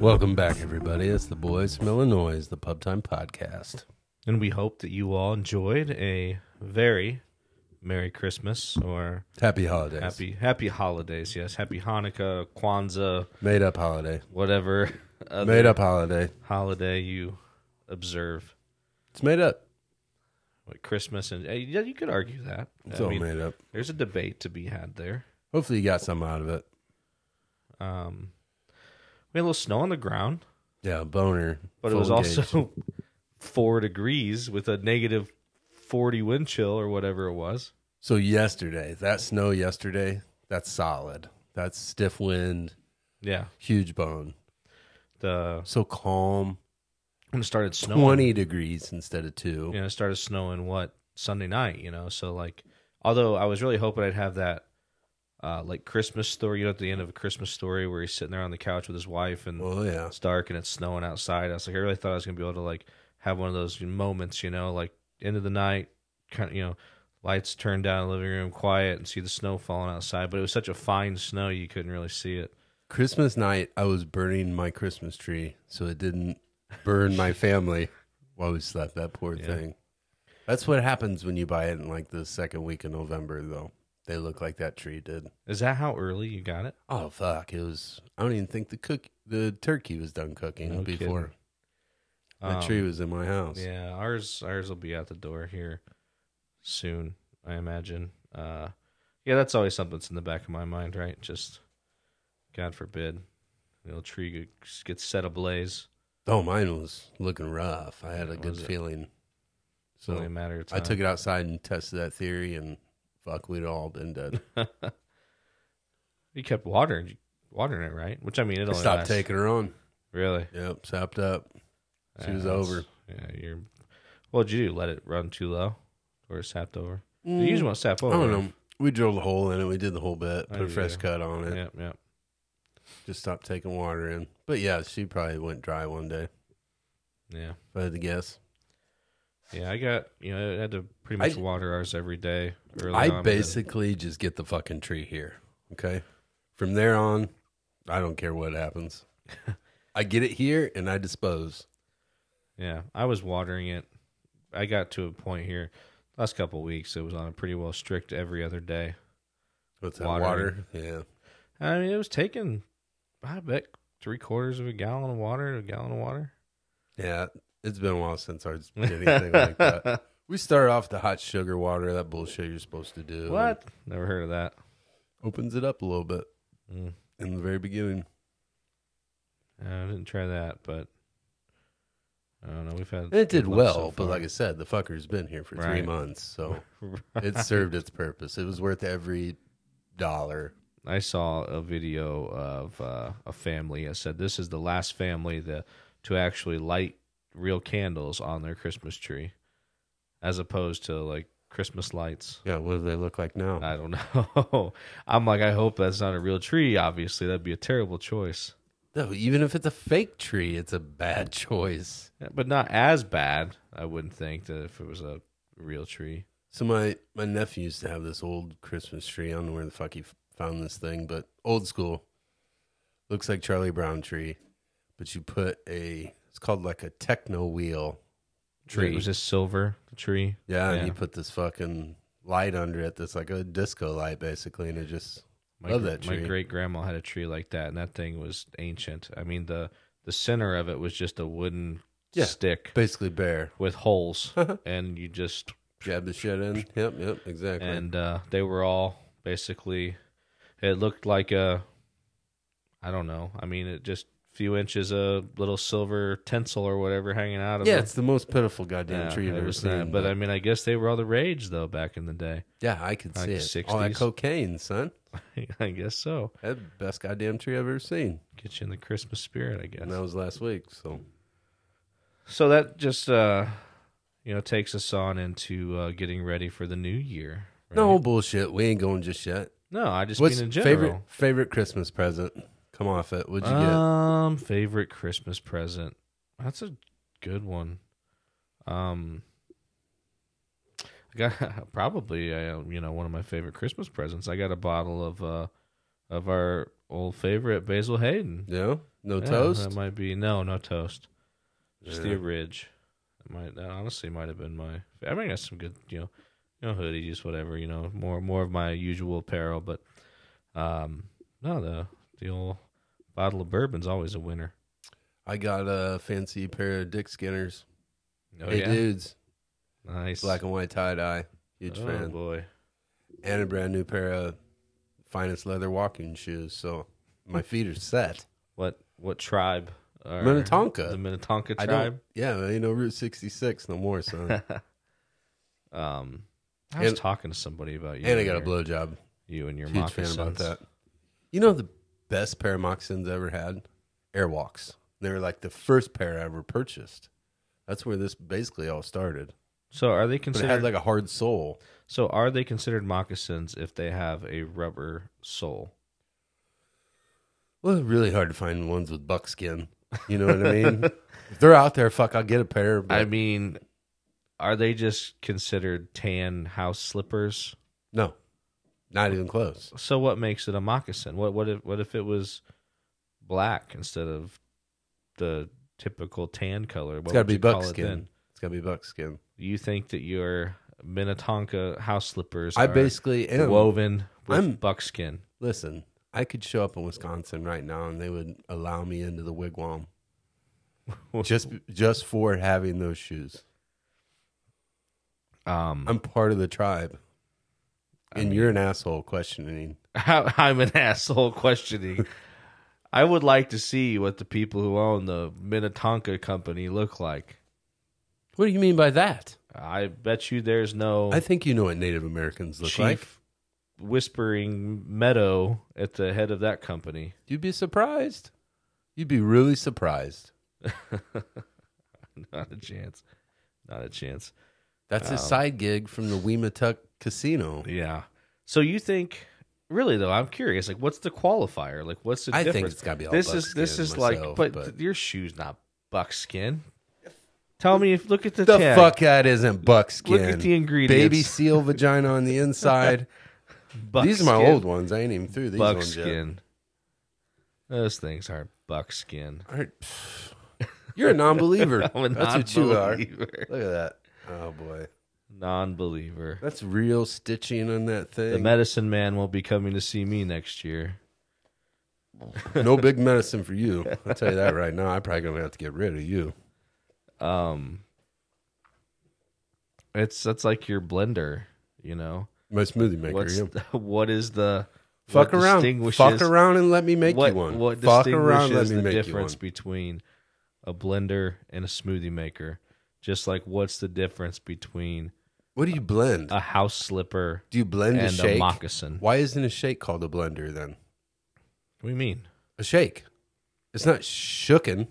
Welcome back, everybody. It's the boys from Illinois, the Pub Time Podcast. And we hope that you all enjoyed a very Merry Christmas or Happy holidays. happy happy holidays. Yes, happy Hanukkah, Kwanzaa, Made up holiday. whatever other Made up holiday. holiday you observe. It's made up. Like Christmas and eh, yeah, you could argue that. It's I all mean, made up. there's a debate to be had there. Hopefully, you got something out of it. Um, we had a little snow on the ground, Yeah, boner. but it Full was engaged. also four degrees with a negative forty wind chill or whatever it was. So yesterday, that snow yesterday, that's solid. That's stiff wind, Yeah, huge bone. the So calm. when it started snowing. Twenty degrees instead of two. you know, it started snowing what Sunday night, you know. So like, although I was really hoping I'd have that uh like Christmas story, you know, at the end of a Christmas story where he's sitting there on the couch with his wife and Oh yeah. it's dark and it's snowing outside. I was like, I really thought I was gonna be able to like have one of those moments, you know, like end of the night, kind of, you know, lights turned down, in the living room quiet, and see the snow falling outside. But it was such a fine snow, you couldn't really see it. Christmas night, I was burning my Christmas tree so it didn't burn my family while we slept. That poor Yeah. thing. That's what happens when you buy it in like the second week of November, though. They look like that tree did. Is that how early you got it? Oh fuck! It was. I don't even think the cook the turkey was done cooking No before kidding. that Um, tree was in my house. Yeah, ours ours will be out the door here soon, I imagine. Uh yeah, that's always something that's in the back of my mind, right? Just God forbid, the old tree gets- gets set ablaze. Oh, mine was looking rough. I had a Yeah, good was it? uh, feeling. It's only a So matter of time. I took it outside and tested that theory, and fuck, we'd all been dead. You kept watering, watering it, right? Which I mean, it I only stopped lasts- taking her on. Really, Yep, sapped up. She Yeah, was that's- over. Yeah, you're. What'd you do? Let it run too low, or it sapped over? You usually want to sap Mm, I over. don't know. We drilled a hole in it. We did the whole bit. I Put a do, fresh Oh, yeah. cut on it. Yep, yep. Just stopped taking water in. But yeah, she probably went dry one day. Yeah. If I had to guess, Yeah, I got you know I had to pretty much I- water ours every day. Early on, I but then- basically just get the fucking tree here. Okay, from there on, I don't care what happens. I get it here and I dispose. Yeah, I was watering it. I got to a point here last couple of weeks. It was on a pretty well strict every other day. What's that Watering. water? Yeah, I mean, it was taking I bet three quarters of a gallon of water to a gallon of water. yeah. It's been a while since I did anything like that. We start off the hot sugar water, that bullshit you're supposed to do. What? Never heard of that. Opens it up a little bit Mm. in the very beginning. I didn't try that, but I don't know. We've had It did good luck well, so but far. like I said, the fucker's been here for three Right. months, so it served its purpose. It was worth every dollar. I saw a video of uh, a family that said this is the last family that to actually light real candles on their Christmas tree, as opposed to like Christmas lights. Yeah, what do they look like now? I don't know. I'm like, I hope that's not a real tree. Obviously, that'd be a terrible choice, no, even if it's a fake tree, it's a bad choice. Yeah, but not as bad. I wouldn't think that if it was a real tree. So my my nephew used to have this old Christmas tree. I don't know where the fuck he f- found this thing, but old school. Looks like Charlie Brown tree, but you put a it's called like a techno wheel It tree. was just silver the tree. yeah, and yeah. you put this fucking light under it that's like a disco light basically, and it just My, Love gr- that My tree. great grandma had a tree like that, and that thing was ancient. I mean the the center of it was just a wooden Yeah. stick basically bare. with holes, and you just Jab the shit in. Yep, yep, exactly. and uh, they were all basically. It looked like a, I don't know. I mean, it just few inches of little silver tinsel or whatever hanging out of Yeah, it. it's the most pitiful goddamn Yeah, tree I've it ever was seen. that, But I mean, I guess they were all the rage though back in the day. yeah, I could see like it. All that 60s. cocaine, son. I guess so. That's the best goddamn tree I've ever seen. Get you in the Christmas spirit, I guess. And that was last week. So So that just uh, you know takes us on into uh, getting ready for the new year. right? no bullshit. We ain't going just yet. no, I just What's mean in general. favorite favorite Christmas present? Come off it. What'd you um, favorite Christmas present. That's a good one. Um, I got probably uh, you know one of my favorite Christmas presents. I got a bottle of uh of our old favorite Basil Hayden. get? Yeah. No Yeah, toast. That might be no, no toast. Just Yeah. the ridge. That might that honestly might have been my. I mean, I got some good, you know, you know hoodies, whatever, you know, more more of my usual apparel. But um, no, the the old bottle of bourbon's always a winner. I got a fancy pair of Dick Skinners. Oh hey yeah, dudes, nice black and white tie dye. Huge oh, fan. boy. And a brand new pair of finest leather walking shoes. So my feet are set. What what tribe? Are Minnetonka. The Minnetonka I tribe. don't. Yeah, there ain't no Route 66 no more, son. um, I was And- talking to somebody about you. and I got your, a blowjob. You and your Huge moccasins. fan about that. You know the best pair of moccasins I ever had? Airwalks. They were like the first pair I ever purchased. That's where this basically all started. So are they But it considered had like a hard sole. So are they considered moccasins if they have a rubber sole? Well, it's really hard to find ones with buckskin. You know what I mean? if they're out there, fuck, I'll get a pair. But I mean, are they just considered tan house slippers? no, not even close. So what makes it a moccasin? What what if what if it was black instead of the typical tan color? What It's got to would be you call it buckskin. then? It's got to be buckskin. You think that your Minnetonka house slippers I are basically am. woven with I'm- buckskin? Listen, I could show up in Wisconsin right now and they would allow me into the wigwam just just for having those shoes. um, I'm part of the tribe. I and mean- you're an asshole questioning. How- I'm an asshole questioning. I would like to see what the people who own the Minnetonka company look like. What do you mean by that? I bet you there's no I think you know what Native Americans look chief like. whispering meadow at the head of that company. You'd be surprised. You'd be really surprised. Not a chance. Not a chance. That's Um, a side gig from the Weematuck Casino. Yeah. So you think really though, I'm curious, like what's the qualifier? Like what's the I think difference? it's got to be all this is this buckskin is like myself, but, th- your shoe's not buckskin. Tell me if look at the, the tag. fuck that isn't buckskin. Look at the ingredients. Baby seal vagina on the inside. These are my Buckskin. old ones. I ain't even through these ones yet. buckskin. Those things aren't buckskin. All right. You're a non-believer. I'm a That's what you are. Look non-believer. at that. Oh boy, Non-believer. that's real stitching on that The thing. medicine man will be coming to see me next year. no big medicine for you. I'll tell you that right now. I'm probably gonna have to get rid of you. Um, it's that's like your blender. You know My smoothie maker. what's yeah. the, what is the Fuck what around. distinguishes- Fuck around and let me make what, you one. What Fuck distinguishes around. Let me the make difference you between a blender and a smoothie maker? Just like what's the difference between one. What do you blend? a house slipper do you blend a Uh, and a shake? moccasin? Why isn't a shake called a blender then? What do you mean? A shake. It's not shooken.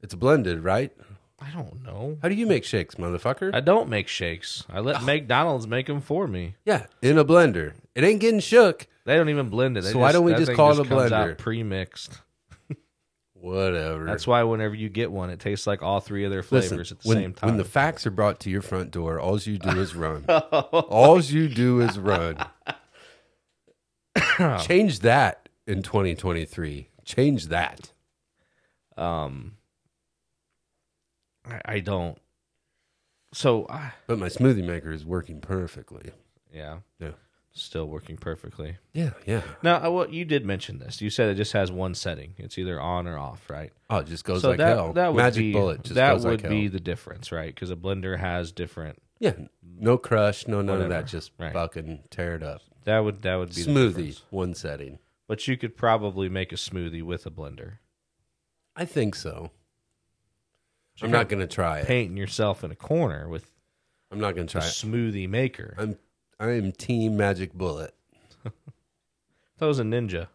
It's blended, right? I don't know. How do you make shakes, motherfucker? I don't make shakes. I let McDonald's make them for me. yeah, in a blender. It ain't getting shook. They don't even blend it. They So why don't we that just thing call it a comes blender? out pre-mixed? Whatever. That's why whenever you get one, it tastes like all three of their flavors Listen, at the when, same time. Oh. When the facts are brought to your front door, all you do is run. all you do is run. Change that in 2023. Change that. um, I, I don't. So I But my smoothie maker is working perfectly. yeah Yeah. still working perfectly. Yeah, yeah. Now, I- well, you did mention this. You said it just has one setting. It's either on or off, right? Oh, it just goes like hell. would Magic be- bullet just that goes would like be hell. the difference, right? Because a blender has different. Yeah, no crush, no none of Whatever. that. Just Right. fucking tear it up. That would that would be the Smoothie, difference. one setting. But you could probably make a smoothie with a blender. I think so. So I'm you're not gonna try it. painting yourself in a corner with I'm not gonna a try it. smoothie maker. I I'm I am team magic bullet. thought it was a ninja.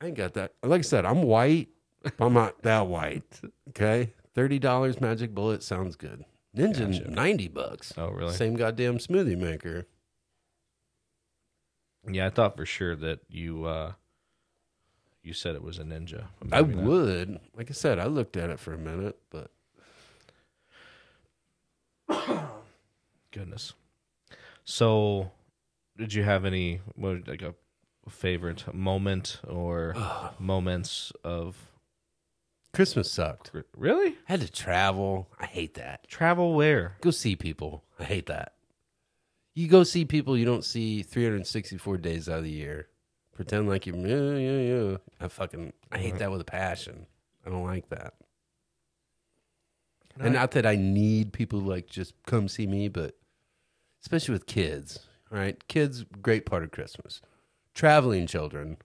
I ain't got that. Like I said, I'm white. but I'm not that white. Okay, thirty dollars magic bullet sounds good. Ninja Gotcha. ninety bucks. Oh, really? Same goddamn smoothie maker. Yeah, I thought for sure that you uh you said it was a ninja. but I maybe not. would. Like I said, I looked at it for a minute, but Goodness. So, did you have any what like a favorite moment or Uh. moments of Christmas sucked. really had to travel. I hate that. travel where? Go see people. I hate that. You go see people you don't see 364 days out of the year. Pretend like you're yeah yeah yeah. I fucking I hate that with a passion. I don't like that. And not that I need people to like just come see me, but especially with kids, all right? Kids, great part of Christmas. Traveling children,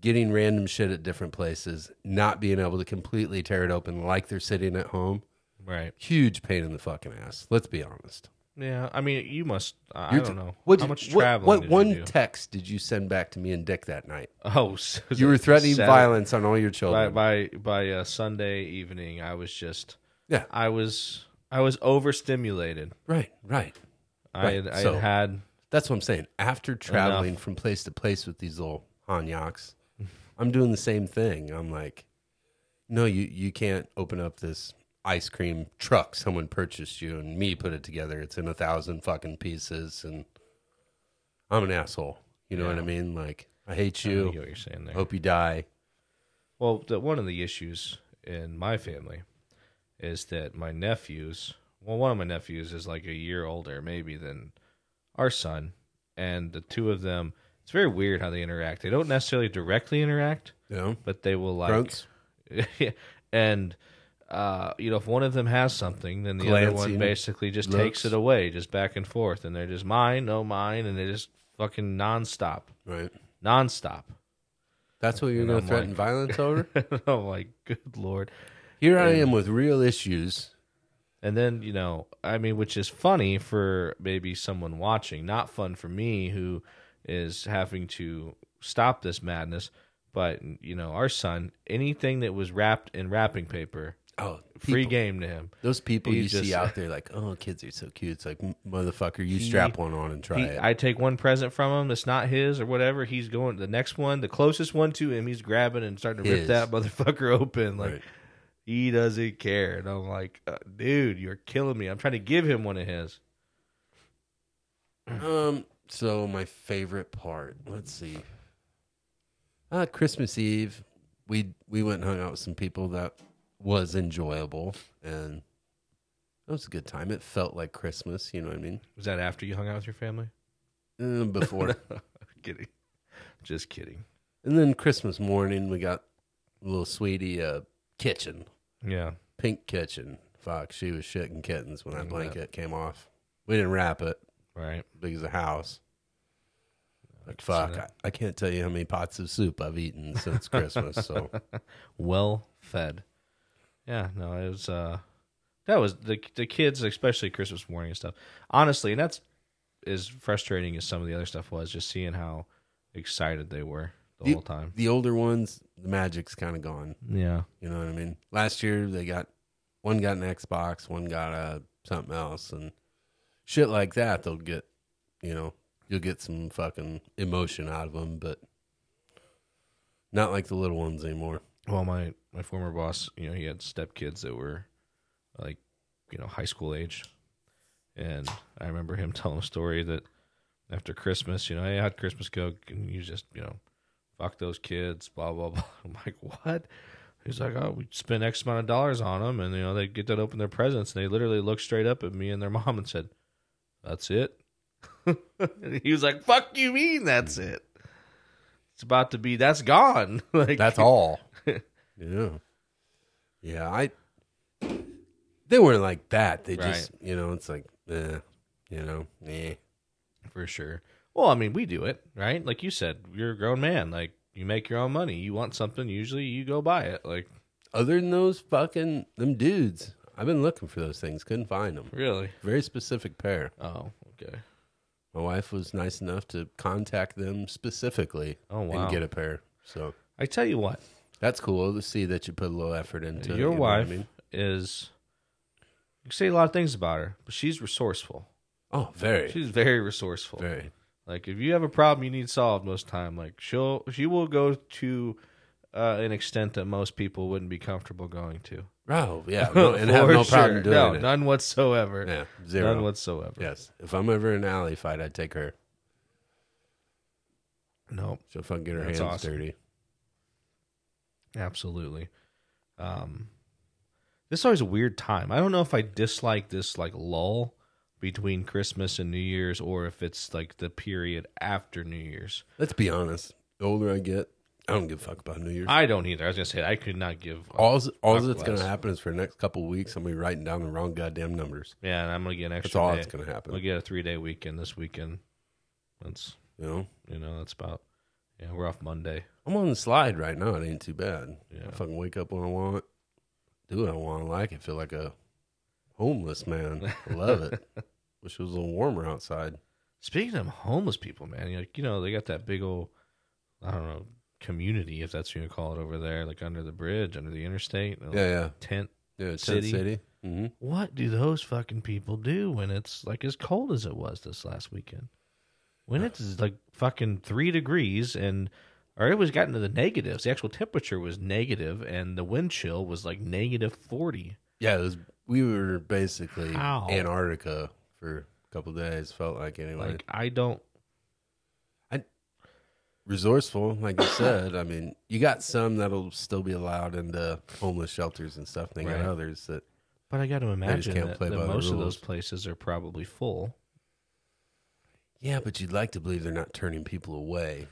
getting random shit at different places, not being able to completely tear it open like they're sitting at home, right. huge pain in the fucking ass. Let's be honest. Yeah, I mean, you must. I I You're- don't know what'd how you- much what- traveling. What, did one you do? text did you send back to me and Dick that night? oh, so You were threatening Saturday- violence on all your by children. by by uh, Sunday evening. I was just Yeah. I was I was overstimulated. Right, right. I Right, had, I so- had had That's what I'm saying. After traveling from place to place with these little hanyaks, I'm doing the same thing. I'm like, no, you you can't open up this ice cream truck someone purchased you and me put it together. It's in a thousand fucking pieces, and I'm an asshole. You know what I mean? Like, I hate you. I get you. what you're saying there. Hope you die. Well, the, one of the issues in my family is that my nephews, well, one of my nephews is like a year older, maybe, than our son. And the two of them, it's very weird how they interact. They don't necessarily directly interact, You know, but they will like. grunts. and, uh, you know, if one of them has something, then the other one Glancing basically just looks. takes it away, just back and forth. And they're just mine, no mine. And they just fucking nonstop, Right. nonstop. That's what you're And going I'm to threaten like- violence over. I'm like, good lord. Here I am with real issues. And then, you know, I mean, which is funny for maybe someone watching, not fun for me who is having to stop this madness. But, you know, our son, anything that was wrapped in wrapping paper, Oh, free people. game to him. Those people He you just- see out there, like, oh, kids are so cute. It's like, "M- motherfucker, you strap one on and try He, it. I take one present from him that's not his or whatever. He's going the next one, the closest one to him, he's grabbing and starting to rip His. that motherfucker open. Like, Right. he doesn't care. And I'm like, uh, dude, you're killing me. I'm trying to give him one of his. Um. So my favorite part. Let's see. Uh, Christmas Eve, we we went and hung out with some people that was enjoyable, and it was a good time. It felt like Christmas. You know what I mean? Was that after you hung out with your family? Uh, before kidding. Just kidding. and then Christmas morning, we got a little sweetie uh, kitchen, Yeah. pink kitchen. Fuck, she was shitting kittens when that Yeah. blanket came off. We didn't wrap it. Right. big as a house. Like, can see fuck, I, that. I can't tell you how many pots of soup I've eaten since Christmas. So Well fed. Yeah, no, it was uh that was the the kids, especially Christmas morning and stuff. Honestly, and that's as frustrating as some of the other stuff was, just seeing how excited they were the You- whole time. the older ones, the magic's kind of gone. Yeah. You know what I mean? Last year they got one got an Xbox, one got a something else, and shit like that. They'll get, you know, you'll get some fucking emotion out of them, but not like the little ones anymore. Well, my my former boss, you know, he had stepkids that were like, you know, high school age, and I remember him telling a story that after Christmas, you know, hey, how'd Christmas go? And you just, you know, fuck those kids, blah blah blah. I'm like, what? He's like, oh, we spent X amount of dollars on them, and you know, they get to open their presents, and they literally looked straight up at me and their mom and said, "That's it." and he was like, "Fuck you mean that's it? It's about to be that's gone." like That's all. yeah. Yeah, I they weren't like that. They just you know, it's like eh, you know, eh. For sure. Well, I mean, we do it, right? Like you said, you're a grown man. Like you make your own money. You want something, usually you go buy it. Like Other than those fucking them dudes, I've been looking for those things, couldn't find them. Really? Very specific pair. Oh, okay. My wife was nice enough to contact them specifically Oh, wow. and get a pair. So I tell you what, that's cool to see that you put a little effort into it, your you know what I wife mean? is. You can say a lot of things about her, but she's resourceful. Oh, very, She's very resourceful. very. Like if you have a problem you need solved most time, like she'll she will go to uh, an extent that most people wouldn't be comfortable going to. Oh, yeah, no, and have For no problem sure. doing no, it. none whatsoever. yeah, zero. None whatsoever. yes, if I'm ever in an alley fight, I'd take her. Nope. She'll fucking get her That's hands awesome. dirty. Absolutely. Um, this is always a weird time. I don't know if I dislike this like lull between Christmas and New Year's, or if it's like the period after New Year's. Let's be honest. The older I get, I don't give a fuck about New Year's. I don't either. I was gonna say I could not give. All's, all's Fuck that's going less. to happen is for the next couple of weeks, I'm going to be writing down the wrong goddamn numbers. yeah, and I'm gonna get an That's extra. all day. that's going to happen. I'll get a three day weekend this weekend. That's You know, you know that's about. Yeah, we're off Monday. I'm on the slide right now. It ain't too bad. Yeah. I fucking wake up when I want, do what I want. I like it. Feel like a homeless man. I love it. Wish it was a little warmer outside. Speaking of homeless people, man, you know, you know they got that big old, I don't know, community if that's what you call it over there, like under the bridge, under the interstate, you know, Yeah, yeah, tent yeah. Tent Oh. City. City. hmm what do those fucking people do when it's like as cold as it was this last weekend? When Uh. it's like fucking three degrees and or it was gotten to the negatives. The actual temperature was negative and the wind chill was like negative forty. Yeah, it was. We were basically How? Antarctica for a couple of days. Felt like anyway. Like I don't resourceful, like you said. I mean, you got some that'll still be allowed into homeless shelters and stuff. And they Right. got others that but I gotta imagine can't that, play that by the most of rules. those places are probably full. Yeah, but you'd like to believe they're not turning people away.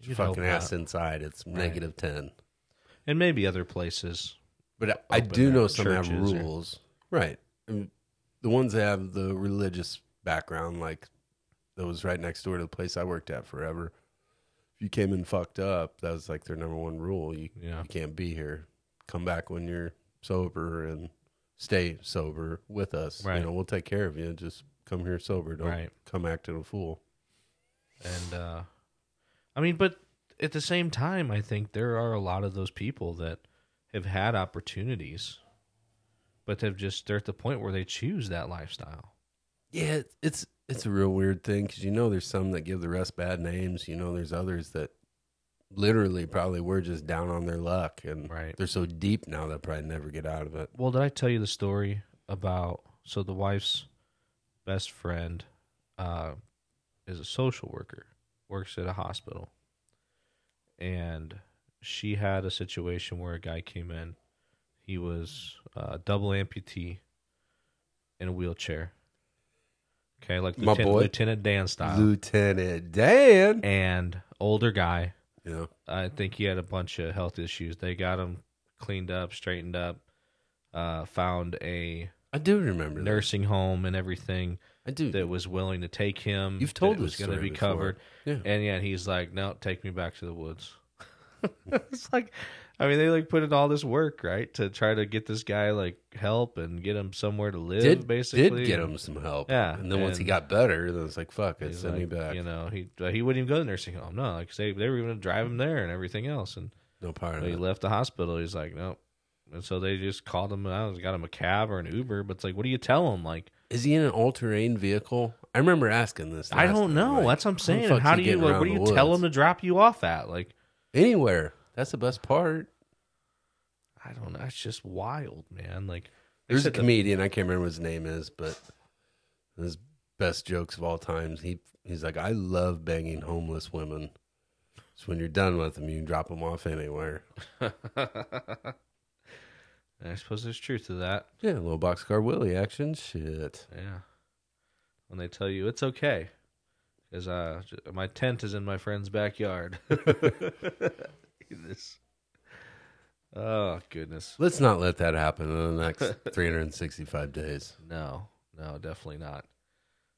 You'd fucking hope ass not. inside, it's negative ten. And maybe other places. But I, I Open do up know some have churches or- rules, right? I mean, the ones that have the religious background, like that was right next door to the place I worked at forever. If you came in fucked up, that was like their number one rule. You Yeah. you can't be here. Come back when you're sober and stay sober with us. Right. You know, we'll take care of you. Just come here sober. Don't Right. come acting a fool. And uh I mean, but at the same time I think there are a lot of those people that have had opportunities but have just they're at the point where they choose that lifestyle. Yeah, it- it's it's a real weird thing because you know there's some that give the rest bad names. You know there's others that literally probably were just down on their luck and Right. they're so deep now they'll probably never get out of it. Well, did I tell you the story about so the wife's best friend uh, is a social worker, works at a hospital, and she had a situation where a guy came in. He was uh, double amputee in a wheelchair. Okay, like My Lieutenant, boy. Lieutenant Dan style, Lieutenant Dan. and older guy. You know, I think he had a bunch of health issues. They got him cleaned up, straightened up, uh, found a I do remember that. nursing home and everything I do. that was willing to take him. You've told that it was this going to story be before. covered, Yeah. and yet he's like, "No, take me back to the woods." it's like, I mean, they like put in all this work, right, to try to get this guy like help and get him somewhere to live. did basically, did get him some help. Yeah, and then once he and- got better, then it's like fuck, it He's send me like, back. You know, he uh, he wouldn't even go to the nursing home. No, like 'cause they they were going to drive him there and everything else, and no part of He it. left the hospital. He's like, nope. And so they just called him out, got him a cab or an Uber. But it's like, what do you tell him? Like, Is he in an all terrain vehicle? I remember asking this. I last time, don't know. like, That's what how I'm the saying. fuck's how he do you getting like? around What do the you tell woods? him to drop you off at? Like, Anywhere. That's the best part. I don't know. It's just wild, man. Like, they There's a said the- comedian I can't remember what his name is, but his best jokes of all times. He he's like, I love banging homeless women. So when you're done with them, you can drop them off anywhere. I suppose there's truth to that. Yeah, little boxcar Willie action. Shit. Yeah. When they tell you it's okay, because uh, j- my tent is in my friend's backyard. this. Oh goodness. Let's not let that happen in the next 365 days. No, no, definitely not.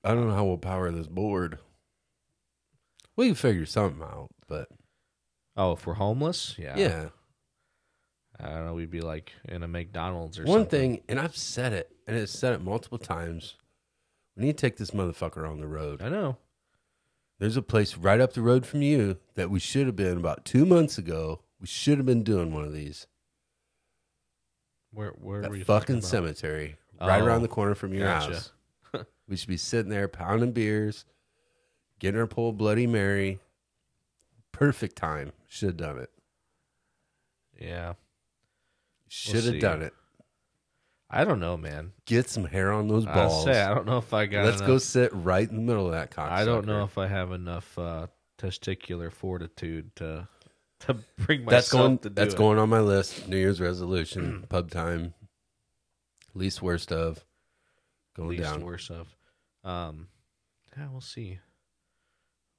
I don't know how we'll power this board. We can figure something out, but Oh, if we're homeless, yeah, yeah, I don't know, we'd be like in a McDonald's or One something. thing, and I've said it, and I've said it multiple times. We need to take this motherfucker on the road. I know. There's a place right up the road from you that we should have been about two months ago. We should have been doing one of these. Where where were That you fucking talking about? cemetery right around Oh, the corner from your gotcha. house. we should be sitting there pounding beers, getting our pole Bloody Mary. Perfect time. Should have done it. Yeah. Should have see. done it. I don't know, man. Get some hair on those balls. I say I don't know if I got Let's enough- go sit right in the middle of that cocksucker. I don't know if I have enough uh, testicular fortitude to to bring myself that's going to do that's it. Mm. going on my list. New Year's resolution, pub time, least worst of, going least down. worse of. Um, yeah, we'll see.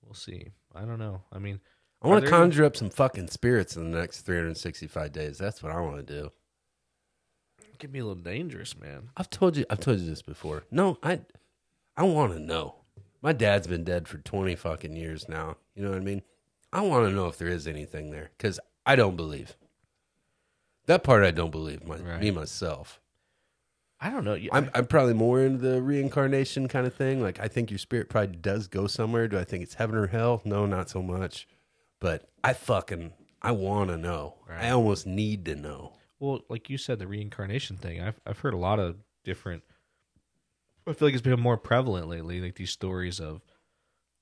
We'll see. I don't know. I mean, I want Are to there- conjure up some fucking spirits in the next 365 days. That's what I want to do. it can be a little dangerous, man. I've told you I've told you this before. No, I I want to know. My dad's been dead for 20 fucking years now. You know what I mean? I want to know if there is anything there cuz I don't believe. That part I don't believe my, Right. me myself. I don't know. You- I'm, I'm probably more into the reincarnation kind of thing. Like, I think your spirit probably does go somewhere. Do I think it's heaven or hell? No, not so much. But I fucking, I want to know. Right. I almost need to know. Well, like you said, the reincarnation thing. I've I've heard a lot of different. I feel like it's become more prevalent lately. Like these stories of,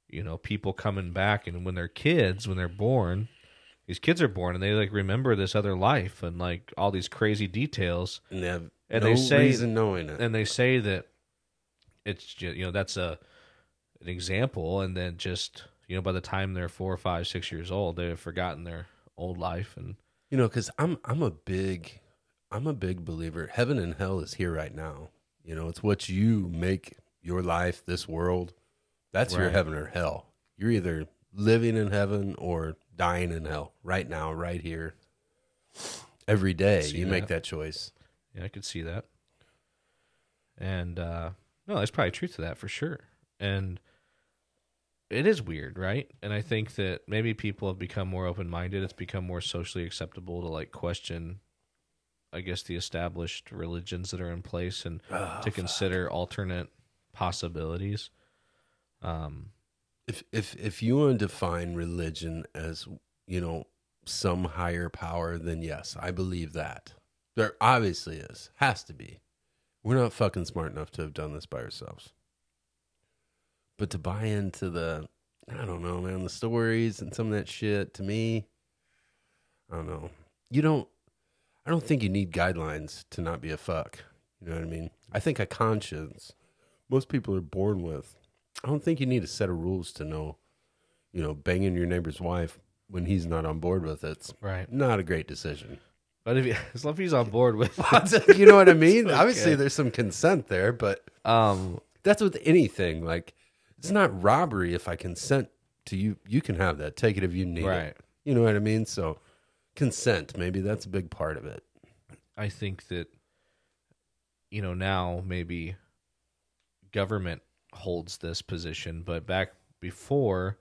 you know, people coming back and when they're kids, when they're born, these kids are born and they like remember this other life and like all these crazy details. And they have And no they say- reason knowing it. And they say that it's ju- you know that's a an example, and then just you know by the time they're four, five, six years old, they have forgotten their old life and you know, because I'm, I'm a big, I'm a big believer. Heaven and hell is here right now. You know, it's what you make your life, this world. That's your Right. heaven or hell. You're either living in heaven or dying in hell right now, right here. Every day See you make that. that choice. Yeah, I could see that. And uh no, there's probably truth to that for sure. And it is weird, right? And I think that maybe people have become more open minded. It's become more socially acceptable to like question I guess the established religions that are in place and Oh, to Ah, consider alternate possibilities. Um If if if you want to define religion as, you know, some higher power, then yes, I believe that. There obviously is. Has to be. We're not fucking smart enough to have done this by ourselves. But to buy into the I don't know, man, the stories and some of that shit to me I don't know. You don't I don't think you need guidelines to not be a fuck. You know what I mean? I think a conscience most people are born with. I don't think you need a set of rules to know, you know, banging your neighbor's wife when he's not on board with it's right. not a great decision. But if he, as long as he's on board with you know what I mean? Obviously Okay. there's some consent there, but um that's with anything. Like it's not robbery if I consent to you you can have that. Take it if you need right. it. You know what I mean? So consent, maybe that's a big part of it. I think that you know now maybe government holds this position, but back before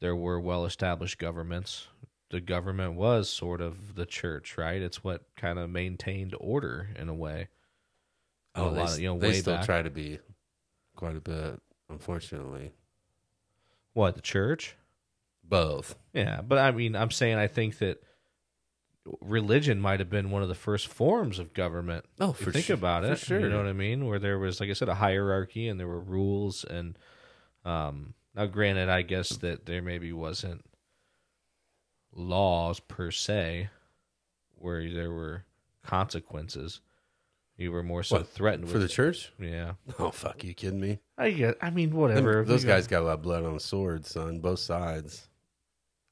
there were well-established governments, the government was sort of the church, right? It's what kind of maintained order in a way. Oh, A they, lot s- of- you know, they way still back. try to be quite a bit, unfortunately. What the church? Both. Yeah, but I mean, I'm saying I think that religion might have been one of the first forms of government. Oh, If you think about it. sure. You know what I mean? Where there was, like I said, a hierarchy and there were rules and um now granted I guess that there maybe wasn't laws per se where there were consequences. You were more so What, threatened For the with church? Yeah. Oh, fuck, you kidding me? I guess, I mean Them- whatever. those You got guys got a lot of blood on the sword, son. Both sides.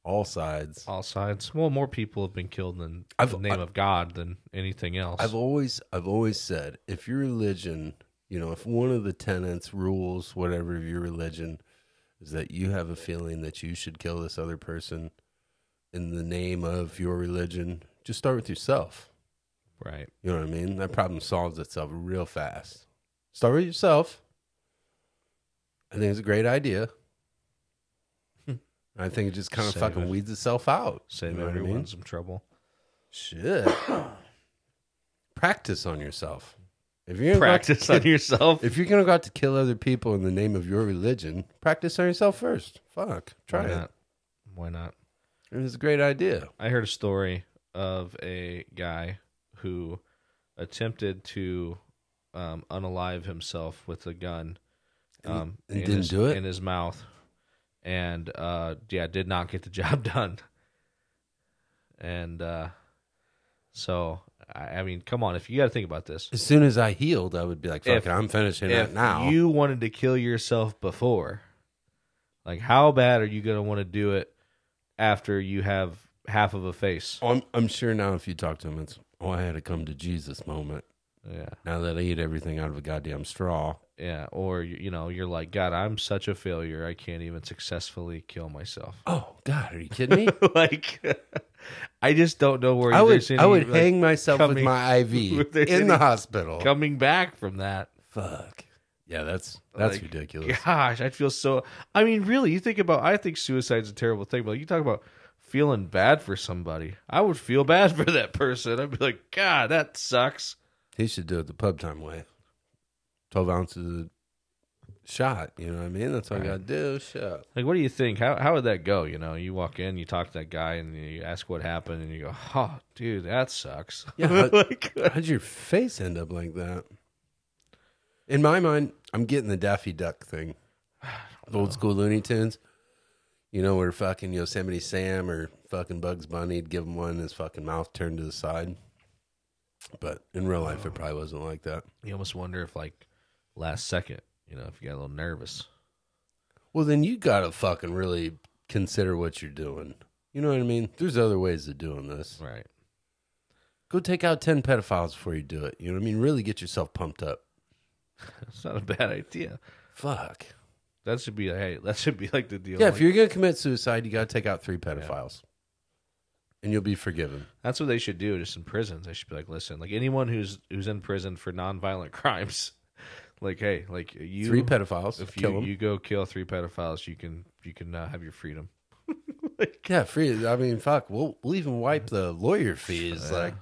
All sides. all sides. Well, more people have been killed in I've- the name I- of God than anything else. I've always I've always said if your religion, you know, if one of the tenets, rules, whatever of your religion is that you have a feeling that you should kill this other person in the name of your religion, just start with yourself. right. You know what I mean? That problem solves itself real fast. Start with yourself. I think it's a great idea. I think it just kind of Save fucking it. weeds itself out. Save You know what I everyone mean? some trouble. Shit. Practice on yourself. If you're gonna go out to Practice on kill- yourself. If you're gonna go out to kill other people in the name of your religion, practice on yourself first. Fuck, try Why it. not? Why not? It was a great idea. I heard a story of a guy who attempted to um, unalive himself with a gun. Um, And in didn't his- do it? in his mouth, and uh, yeah, did not get the job done. And uh, so, I, I mean, come on, if you got to think about this, As soon as I healed, I would be like, "Fuck If- it, I'm finishing if it now." you wanted to kill yourself before, like, how bad are you going to want to do it after you have half of a face? Oh, I'm, I'm sure now if you talk to him, it's oh, I had to come to Jesus moment. Yeah. Now that I eat everything out of a goddamn straw, Yeah, or you you know, you're like, God, I'm such a failure. I can't even successfully kill myself. oh God, are you kidding me? like, I just don't know where I there's would any, I would like, hang myself with coming- my IV if there's in any- the hospital. coming back from that. Fuck. Yeah, that's that's Like, ridiculous. Gosh, I feel so. I mean, really, you think about. I think suicide's a terrible thing, but you talk about feeling bad for somebody. I would feel bad for that person. I'd be like, God, that sucks. He should do it the pub time way. Twelve ounces of shot. You know what I mean? That's all I gotta do. Shut. Like, what do you think? How how would that go? You know, you walk in, you talk to that guy, and you ask what happened, and you go, "Oh, dude, that sucks." Yeah, how- like, How'd your face end up like that? In my mind, I'm getting the Daffy Duck thing. Old school Looney Tunes. You know, where fucking Yosemite Sam or fucking Bugs Bunny would give him one and his fucking mouth turned to the side. But in real life, it probably wasn't like that. you almost wonder if like last second, you know, if you got a little nervous. Well, then you gotta fucking really consider what you're doing. You know what I mean? There's other ways of doing this. Right. Go take out 10 pedophiles before you do it. You know what I mean? Really get yourself pumped up. That's not a bad idea. Fuck. That should be hey, that should be like the deal. Yeah, Like, if you're gonna commit suicide, you gotta take out three pedophiles, and you'll be forgiven. that's what they should do just in prisons. They should be like, listen, like anyone who's who's in prison for nonviolent crimes, like hey, like you three pedophiles, if kill you, 'em. you go kill three pedophiles, you can you can uh, have your freedom. like yeah, free. I mean, fuck. We'll we'll even wipe the lawyer fees. Yeah. Like,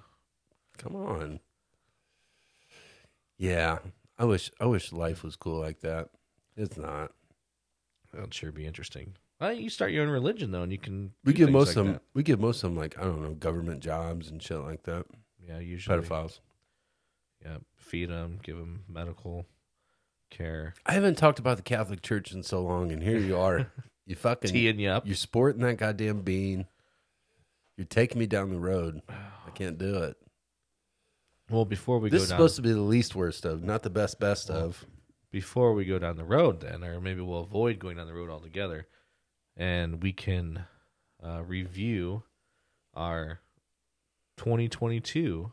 come on. Yeah, I wish I wish life was cool like that. It's not. that'd sure be interesting. Well, you start your own religion though, and you can We do give things most like of them. that. We give most of them like I don't know government jobs and shit like that. Yeah, usually Pedophiles. yeah, feed them, give them medical care, I haven't talked about the Catholic Church in so long, and here you are. you fucking teeing you up. You're sporting that goddamn bean. You're taking me down the road. I can't do it. Well, before we this go is down, supposed to be the least worst of, not the best best of. before we go down the road, then, or maybe we'll avoid going down the road altogether, and we can uh, review our 2022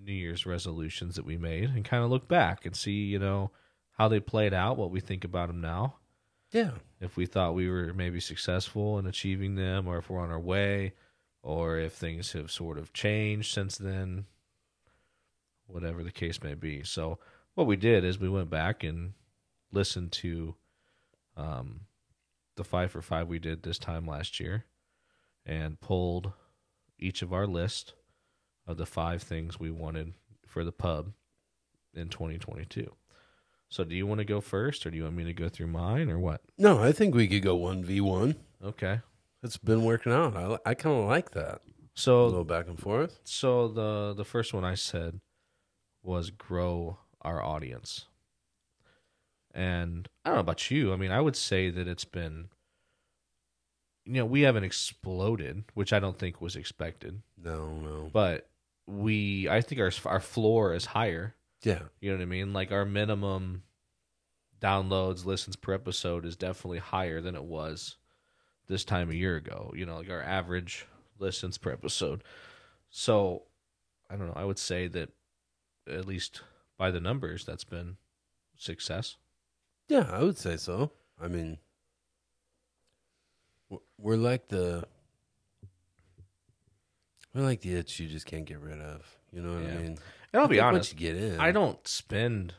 New Year's resolutions that we made, and kind of look back and see, you know, how they played out, what we think about them now, Yeah. if we thought we were maybe successful in achieving them, or if we're on our way, or if things have sort of changed since then, whatever the case may be. So, what we did is we went back and listened to um, the five for five we did this time last year and pulled each of our list of the five things we wanted for the pub in 2022. So, do you want to go first, or do you want me to go through mine, or what? No, I think we could go 1v1. Okay. It's been working out. I, li- I kind of like that. A So little back and forth. so the the first one I said was grow our audience. And I don't know about you. I mean, I would say that it's been you know, we haven't exploded, which I don't think was expected. No, no. But we I think our our floor is higher. Yeah. You know what I mean? Like our minimum downloads, listens per episode is definitely higher than it was this time a year ago. You know, like our average listens per episode. So I don't know. I would say that at least by the numbers, that's been success. Yeah, I would say so. I mean, w- we're like the. We're like the itch you just can't get rid of. You know what I Yeah. mean? And I'll I be think honest, Once you get in, I don't spend.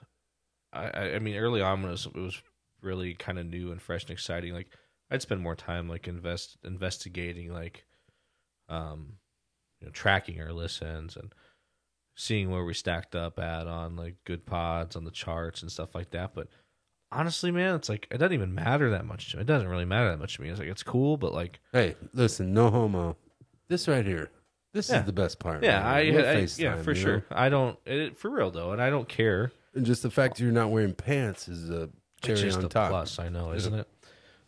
I I, I mean, early on when it was, it was really kind of new and fresh and exciting. Like I'd spend more time like invest investigating like, um, you know, tracking our listens and seeing where we stacked up at on like good pods on the charts and stuff like that. But honestly, man, it's like it doesn't even matter that much to me. It doesn't really matter that much to me. It's like it's cool, but like Hey, listen, no homo. This right here. This Yeah. is the best part. yeah, I, man. We'll I- yeah FaceTime, for you know? sure. I don't it, for real though, and I don't care. And just the fact that you're not wearing pants is a It's cherry just on a top. plus, I know, isn't it?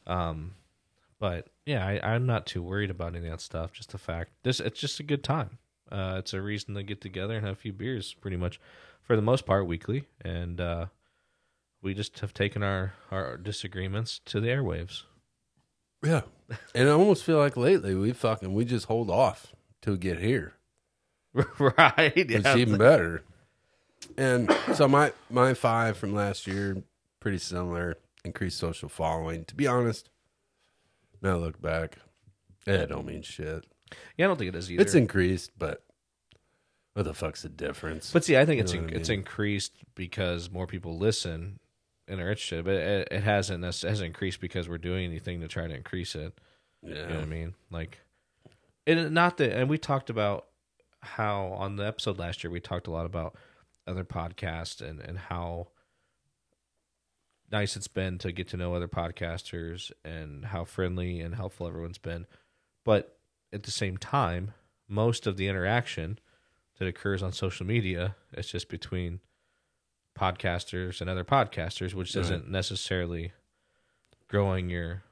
Um, but yeah, I, I'm not too worried about any of that stuff. Just the fact this, it's just a good time. Uh, it's a reason to get together and have a few beers, pretty much, for the most part, weekly, and uh, we just have taken our our disagreements to the airwaves. Yeah. And I almost feel like lately we fucking we just hold off till we get here. right? It's Yeah. even better. And so my my five from last year pretty similar. Increased social following. To be honest, now I look back, it don't mean shit. Yeah, I don't think it is either. It's increased, but what the fuck's the difference? But see, I think it's know what I it's mean? increased because more people listen and are interested. But it, it hasn't it hasn't increased because we're doing anything to try to increase it. yeah, You know what I mean? Like, and not that. And we talked about how on the episode last year we talked a lot about other podcasts and and how nice it's been to get to know other podcasters and how friendly and helpful everyone's been. But at the same time, most of the interaction that occurs on social media is just between podcasters and other podcasters, which Right. isn't necessarily growing your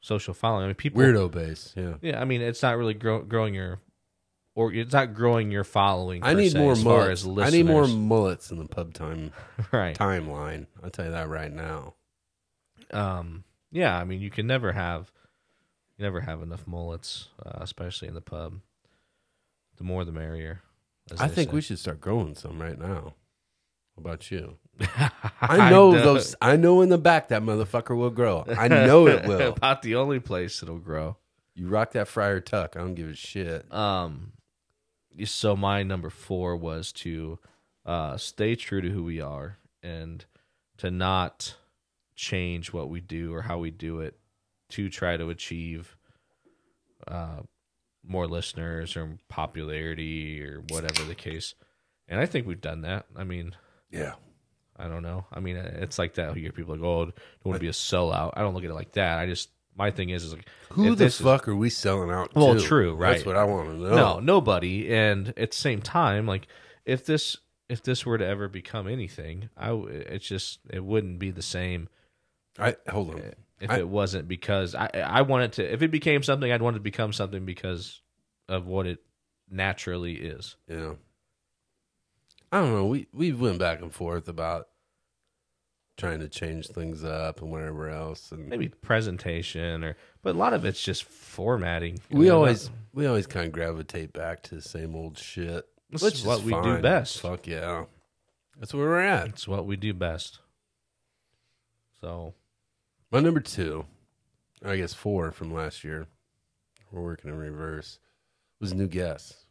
social following. I mean, people weirdo base. Yeah, yeah, I mean, it's not really grow, growing your, or it's not growing your following. I per need se, more as far mullets. as I need more listeners. mullets in the pub time right? timeline. I'll tell you that right now. Um, yeah, I mean, you can never have, you never have enough mullets, uh, especially in the pub. The more, the merrier. as I they think say. we should start growing some right now. How about you? I I know don't- those. I know in the back that motherfucker will grow. I know it will. About the only place it'll grow. You rock that Friar Tuck. I don't give a shit. Um, so my number four was to uh, stay true to who we are and to not change what we do or how we do it to try to achieve uh, more listeners or popularity or whatever the case. And I think we've done that. I mean, Yeah. I don't know. I mean, it's like that. Here, people are like, "Oh, don't want to be a sellout." I don't look at it like that. I just my thing is is like Who If the this is- fuck are we selling out? Well, to? true, right. That's what I want to know. no nobody and at the same time like if this if this were to ever become anything i w- it's just it wouldn't be the same I hold on. if I- it wasn't because i i wanted to if it became something i'd want it to become something because of what it naturally is Yeah. I don't know. We we went back and forth about trying to change things up and whatever else. And maybe presentation or but a lot of it's just formatting I we mean, always we always kind of gravitate back to the same old shit. This which is what we do fine. best. Fuck yeah. That's where we're at. it's what we do best so My number two, or I guess four from last year, we're working in reverse, was New Guess.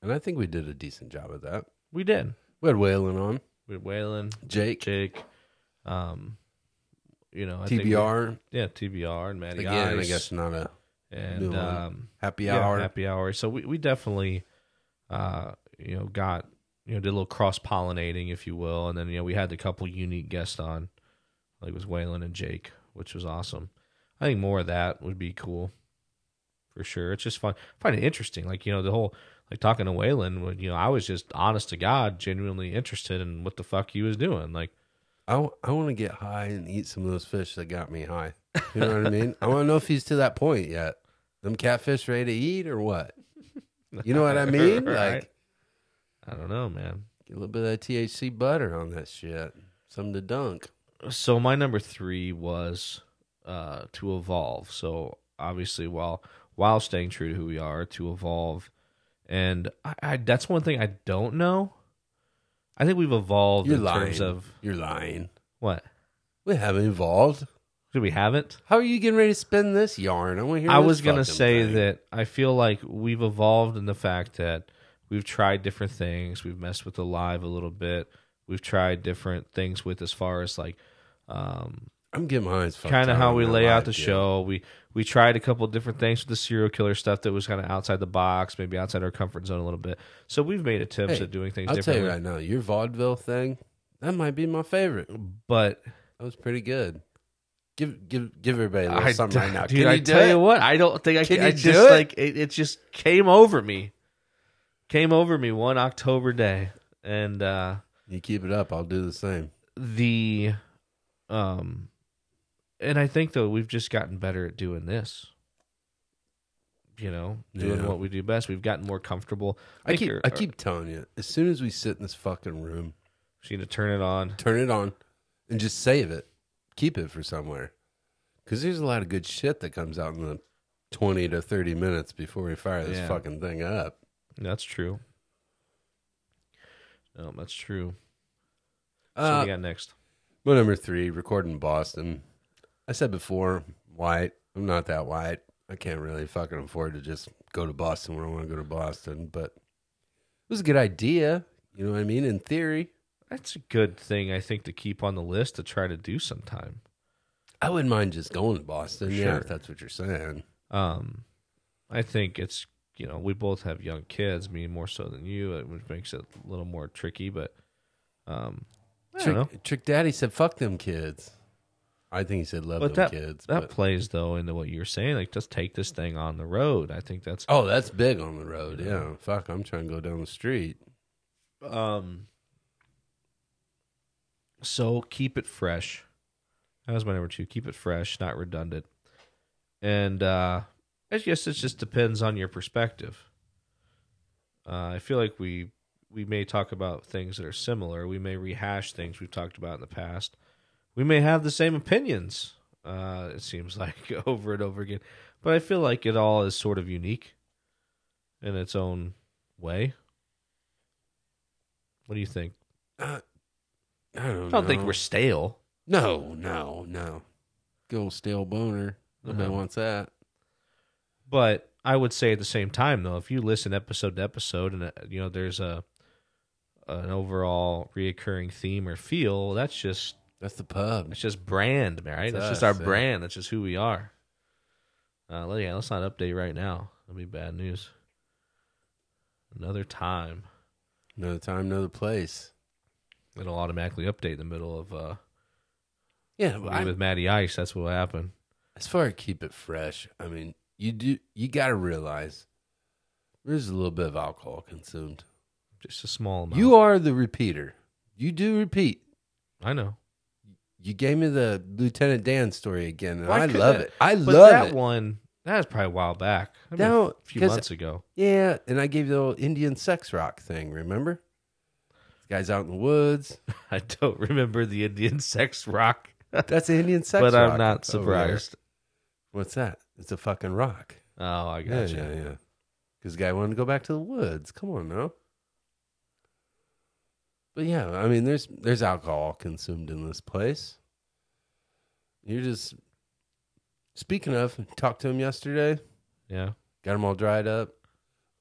And I think we did a decent job of that. we did We had Waylon on, we had Waylon, Jake, Jake, um, you know, I think we- TBR. yeah, TBR and Matty Again, I Ice. guess not a and New one. um, happy yeah, hour. happy hour. So we, we definitely, uh, you know, got you know did a little cross pollinating, if you will, and then you know we had a couple unique guests on, like it was Waylon and Jake, which was awesome. I think more of that would be cool, for sure. It's just fun. I find it interesting, like you know the whole like talking to Waylon. When you know I was just honest to God, genuinely interested in what the fuck he was doing, like. I, want to get high and eat some of those fish that got me high. You know what I mean? I want to know if he's to that point yet. Them catfish ready to eat or what? You know what I mean? Right. Like I don't know, man. get a little bit of that THC butter on that shit. Something to dunk. so my number three was uh, to evolve. So obviously, while while staying true to who we are, to evolve, and I, I that's one thing I don't know. I think we've evolved You're in terms lying. of You're lying. what We haven't evolved. do we haven't? How are you getting ready to spin this yarn? I want to hear. I this was gonna fucking say thing. that I feel like we've evolved in the fact that we've tried different things. We've messed with the live a little bit. We've tried different things with as far as like um, I'm getting my eyes fucked. kind of out how on we that lay live out the deal. show. We we tried a couple different things with the serial killer stuff that was kind of outside the box, maybe outside our comfort zone a little bit. So we've made attempts Hey, at doing things I'll tell differently. you right now, your vaudeville thing that might be my favorite. But That was pretty good. Give give give everybody a little I, something right now. dude, Can I you do tell it? you what, I don't think I Can can. you I do just it? like it, it just came over me. Came over me one October day, and uh You keep it up. I'll do the same. the um and i think though we've just gotten better at doing this you know doing Yeah. what we do best we've gotten more comfortable I think keep you're- I keep telling you. As soon as we sit in this fucking room, she need uh, to turn it on turn it on and just save it. Keep it for somewhere. Because there's a lot of good shit that comes out in the 20 to 30 minutes before we fire this Yeah. fucking thing up. that's true no that's true so what Uh, do you got next my number three, record in Boston. I said before, white. I'm not that white. I can't really fucking afford to just go to Boston when I want to go to Boston. But it was a good idea. You know what I mean? In theory, that's a good thing i think to keep on the list to try to do sometime I wouldn't mind just going to Boston. For Yeah, sure. if that's what you're saying. um i think it's you know we both have young kids me more so than you uh, which makes it a little more tricky but um I don't know. Trick, Trick Daddy said, "Fuck them kids." I think he said, "Love But them that- kids." That but, plays though into what you're saying. Like, just take this thing on the road. I think that's oh, that's big on the road. Yeah, fuck. I'm trying to go down the street. um. So keep it fresh. That was my number two. Keep it fresh, not redundant. And uh, I guess it just depends on your perspective. Uh, I feel like we we may talk about things that are similar. We may rehash things we've talked about in the past. We may have the same opinions. Uh, it seems like over and over again, but I feel like it all is sort of unique in its own way. What do you think? Uh, I don't. I don't think know. we're stale. No, no, no. Good old stale boner. Nobody Uh-huh. wants that. But I would say at the same time, though, if you listen episode to episode, and uh, you know there's a an overall reoccurring theme or feel, that's just That's the pub. that's just brand, man, right? It's That's just our us, yeah. brand. That's just who we are. Uh, let- yeah, let's not update right now. That'd be bad news. Another time, Another time, another place. it'll automatically update in the middle of uh, Yeah, but I- with Matty Ice. That's what will happen. as far as keep it fresh, I mean, you do. You got to realize there's a little bit of alcohol consumed. Just a small amount. You are the repeater. You do repeat. I know. You gave me the Lieutenant Dan story again, and Why I could love that- it. I But love that it. one, that was probably a while back. I mean, No, a few 'cause- months ago. Yeah, and I gave you the old Indian sex rock thing. Remember? guy's out in the woods. I don't remember the Indian sex rock, That's the Indian sex. but rock Oh, I'm not over there. surprised. What's that? It's a fucking rock. Oh, I Yeah, got you. yeah, yeah. Because the guy wanted to go back to the woods. Come on now. But yeah, I mean, there's there's alcohol consumed in this place. You're just speaking of. Talked to him yesterday. Yeah. Got him all dried up.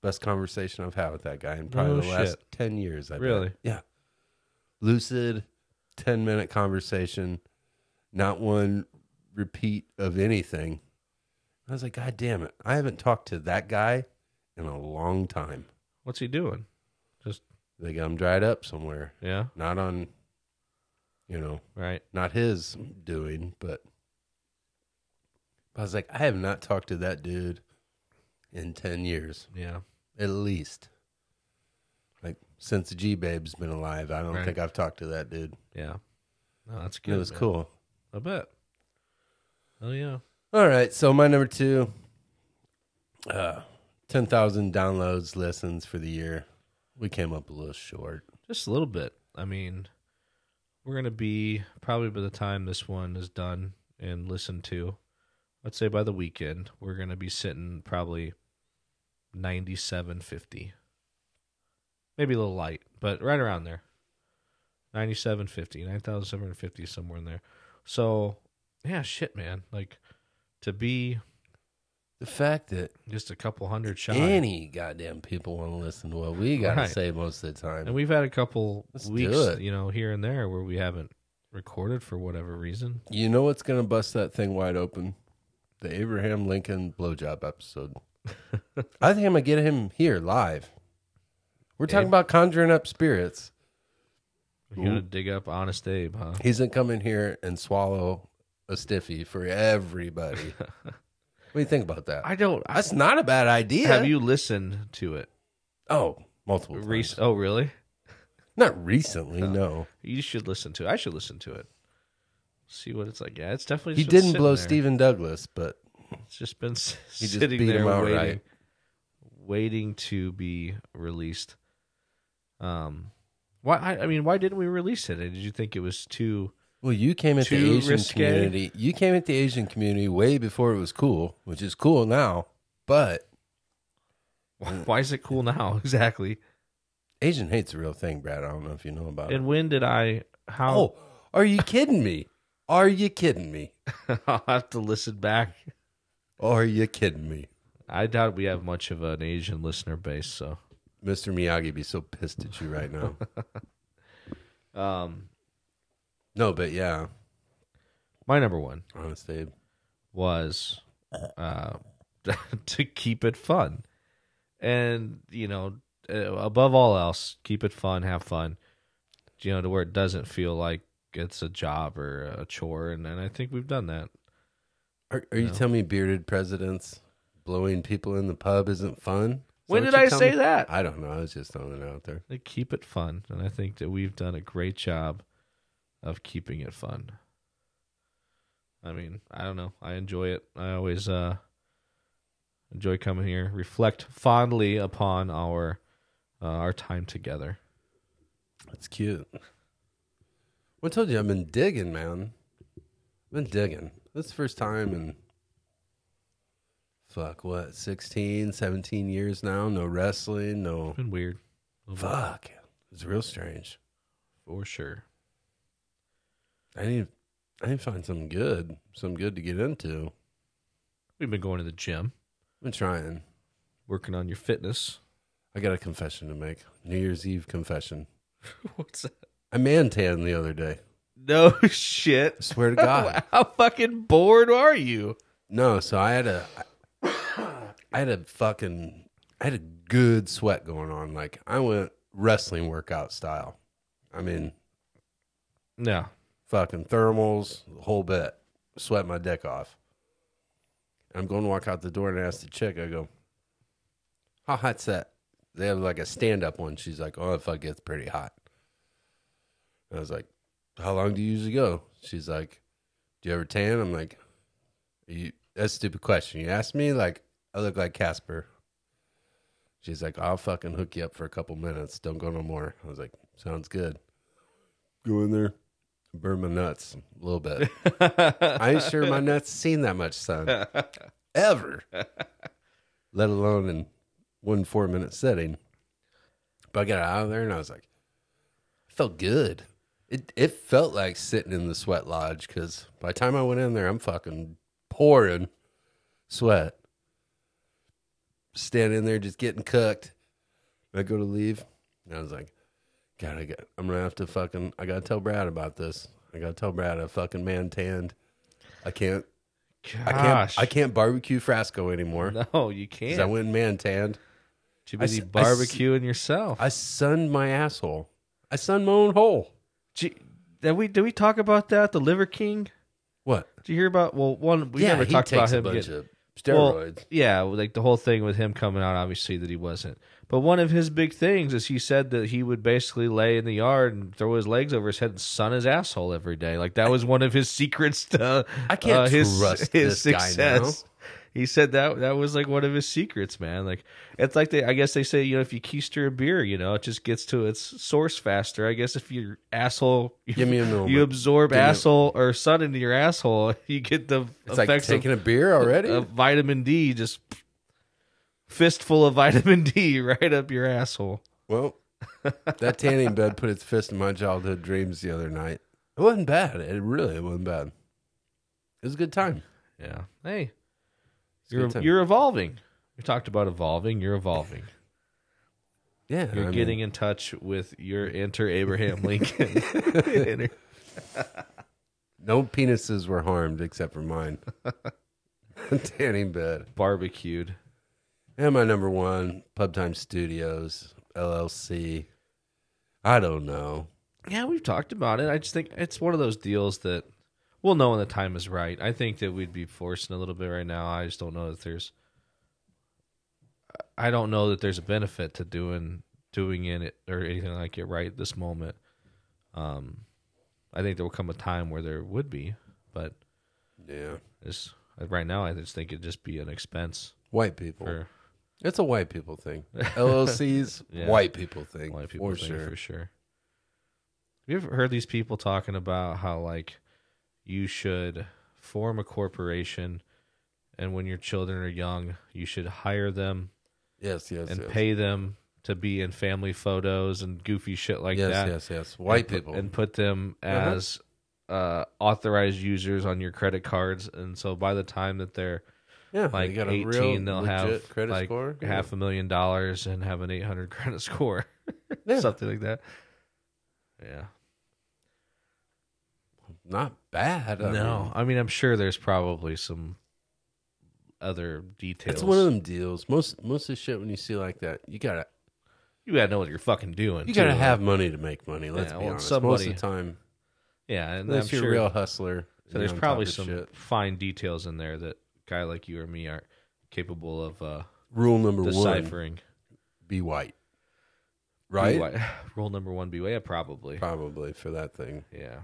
Best conversation I've had with that guy in probably No the last shit. ten years. I bet. Really? Yeah. Lucid, ten minute conversation, not one repeat of anything. I was like, God damn it! I haven't talked to that guy in a long time. What's he doing? They got him dried up somewhere, Yeah. not on, you know, Right. not his doing, but I was like, I have not talked to that dude in ten years. Yeah. at least. Like since G Babe's been alive, I don't Right. think I've talked to that dude. Yeah. No, that's good. It was man. cool. I bet. Oh yeah. All right, so my number two, uh, ten thousand downloads, listens for the year. We came up a little short. Just a little bit. I mean, we're gonna be probably by the time this one is done and listened to, let's say by the weekend, we're gonna be sitting probably ninety seven fifty. Maybe a little light, but right around there. 9750, 9750 somewhere in there. So, yeah, shit, man. Like to be The fact that just a couple hundred shy. any goddamn people want to listen to what we got to Right. say most of the time. And we've had a couple Let's do weeks, it. you know, here and there where we haven't recorded for whatever reason. You know what's gonna bust that thing wide open? The Abraham Lincoln blowjob episode. I think I'm gonna get him here live. We're talking Abe? about conjuring up spirits. You're gonna dig up Honest Abe, huh? He's gonna come in here and swallow a stiffy for everybody. what do you think about that? I don't. I, That's not a bad idea. Have you listened to it? Oh, multiple. times. Rec- oh, really? Not recently, Oh. no. You should listen to. it. I should listen to it. See what it's like. Yeah, it's definitely. He just been didn't sitting blow there. Stephen Douglas, but It's just been s- He just sitting beat there him waiting, outright. waiting to be released. Um, why? I, I mean, why didn't we release it? Did you think it was too? well, you came at the Too Asian risque? community. You came at the Asian community way before it was cool, which is cool now. But Why, why is it cool now? Exactly. Asian hate's a real thing, Brad. I don't know if you know about it. And when did I? How? Oh, are you kidding me? Are you kidding me? I'll have to listen back. Are you kidding me? I doubt we have much of an Asian listener base, so. Mr. Miyagi be so pissed at you right now. Um, no, but yeah, my number one honestly, was uh, to keep it fun, and you know, uh, above all else, keep it fun, have fun. You know, to where it doesn't feel like it's a job or a chore, and, and I think we've done that. are, are you No. telling me bearded presidents blowing people in the pub isn't fun? Is when that did what I you're telling say me? that? I don't know. I was just throwing it out there. Like, keep it fun, and I think that we've done a great job of keeping it fun. I mean, I don't know. I enjoy it. I always uh, enjoy coming here. Reflect fondly upon our uh, our time together. That's cute. Well, I told you I've been digging, man. I've been digging. This is the first time in fuck what 16, 17 years now. No wrestling, no It's been weird. A little bit, fuck. It's real strange. For sure. I need I need to find something good, something good to get into. I've We've been going to the gym, been trying. working on your fitness. I got a confession to make. New Year's Eve confession. What's that? I man tanned the other day. No shit. I swear to God. How fucking bored are you? No, so I had a, I had a fucking, I had a good sweat going on. Like I went wrestling workout style. I mean, No. fucking thermals, the whole bit. Sweat my dick off. I'm going to walk out the door and I ask the chick. I go, "How hot's that?" They have like a stand up one. She's like, "Oh, fuck, it's pretty hot." I was like, "How long do you usually go?" She's like, "Do you ever tan?" I'm like, you, "That's a stupid question. You asked me like I look like Casper." She's like, "I'll fucking hook you up for a couple minutes. Don't go no more." I was like, "Sounds good." Go in there, burn my nuts a little bit. I ain't sure my nuts seen that much sun ever, let alone in one four minute setting. But I got out of there and I was like, I felt good. It it felt like sitting in the sweat lodge because by the time I went in there, I'm fucking pouring sweat. Standing there just getting cooked. I go to leave and I was like, God, I got, I'm gonna have to fucking. I gotta tell Brad about this. I gotta tell Brad I fucking man tanned. I can't. I can't. Gosh. I can't barbecue Frasco anymore. No, you 'cause can't. I went man tanned. Too I busy s- I s- barbecuing yourself. I sunned my asshole. I sunned my own hole. Gee, did we did we talk about that? The Liver King. What? Did you hear about? Well, one we never he talked about takes him. a bunch getting- of well, steroids. yeah, like the whole thing with him coming out, obviously that he wasn't. But one of his big things is he said that he would basically lay in the yard and throw his legs over his head and sun his asshole every day. Like that was one of his secrets to I can't uh, his, trust his this guy success. He said that that was like one of his secrets, man. Like it's like they, I guess they say you know if you keister a beer, you know it just gets to its source faster. I guess if your asshole, Give me a moment. you absorb Give me a- asshole or sun into your asshole, you get the it's like effects of- taking a beer already. of vitamin D, just fistful of vitamin D right up your asshole. Well, that tanning bed put its fist in my childhood dreams the other night. It wasn't bad. It really wasn't bad. It was a good time. Yeah. Hey, It's a you're good time. you're evolving. We talked about evolving. You're evolving. yeah. You're I mean, getting in touch with your inter Abraham Lincoln. inner, No penises were harmed except for mine. Tanning bed. Barbecued. And my number one, Pub Time Studios, LLC. I don't know. Yeah, we've talked about it. I just think it's one of those deals that we'll know when the time is right. I think that we'd be forcing a little bit right now. I just don't know that there's. I don't know that there's a benefit to doing doing it or anything like it right this moment. Um, I think there will come a time where there would be, but Yeah. it's right now. I just think it'd just be an expense White people. for It's a white people thing. LLCs, Yeah. white people thing. white people for thing sure. for sure. You ever heard these people talking about how like you should form a corporation, and when your children are young, you should hire them Yes, yes, and yes. pay them to be in family photos and goofy shit like yes, that. yes, yes. White and put- people. and put them Uh-huh. as uh, authorized users on your credit cards, and so by the time that they're yeah, they like got a 18 real they'll legit have credit like score. half a million dollars and have an 800 credit score Yeah. something like that yeah Not bad. I no mean, i mean i'm sure there's probably some other details it's one of them deals. Most most of the shit when you see like that, you gotta you gotta know what you're fucking doing you gotta too. have money to make money. Let's Yeah, be well, honest. Most somebody- of the time, yeah and i'm unless you're sure a real hustler. you're so there's on top probably of some shit. fine details in there that a guy like you or me are capable of uh rule number one: deciphering be white, right? BY rule number one be yeah probably Probably for that thing. yeah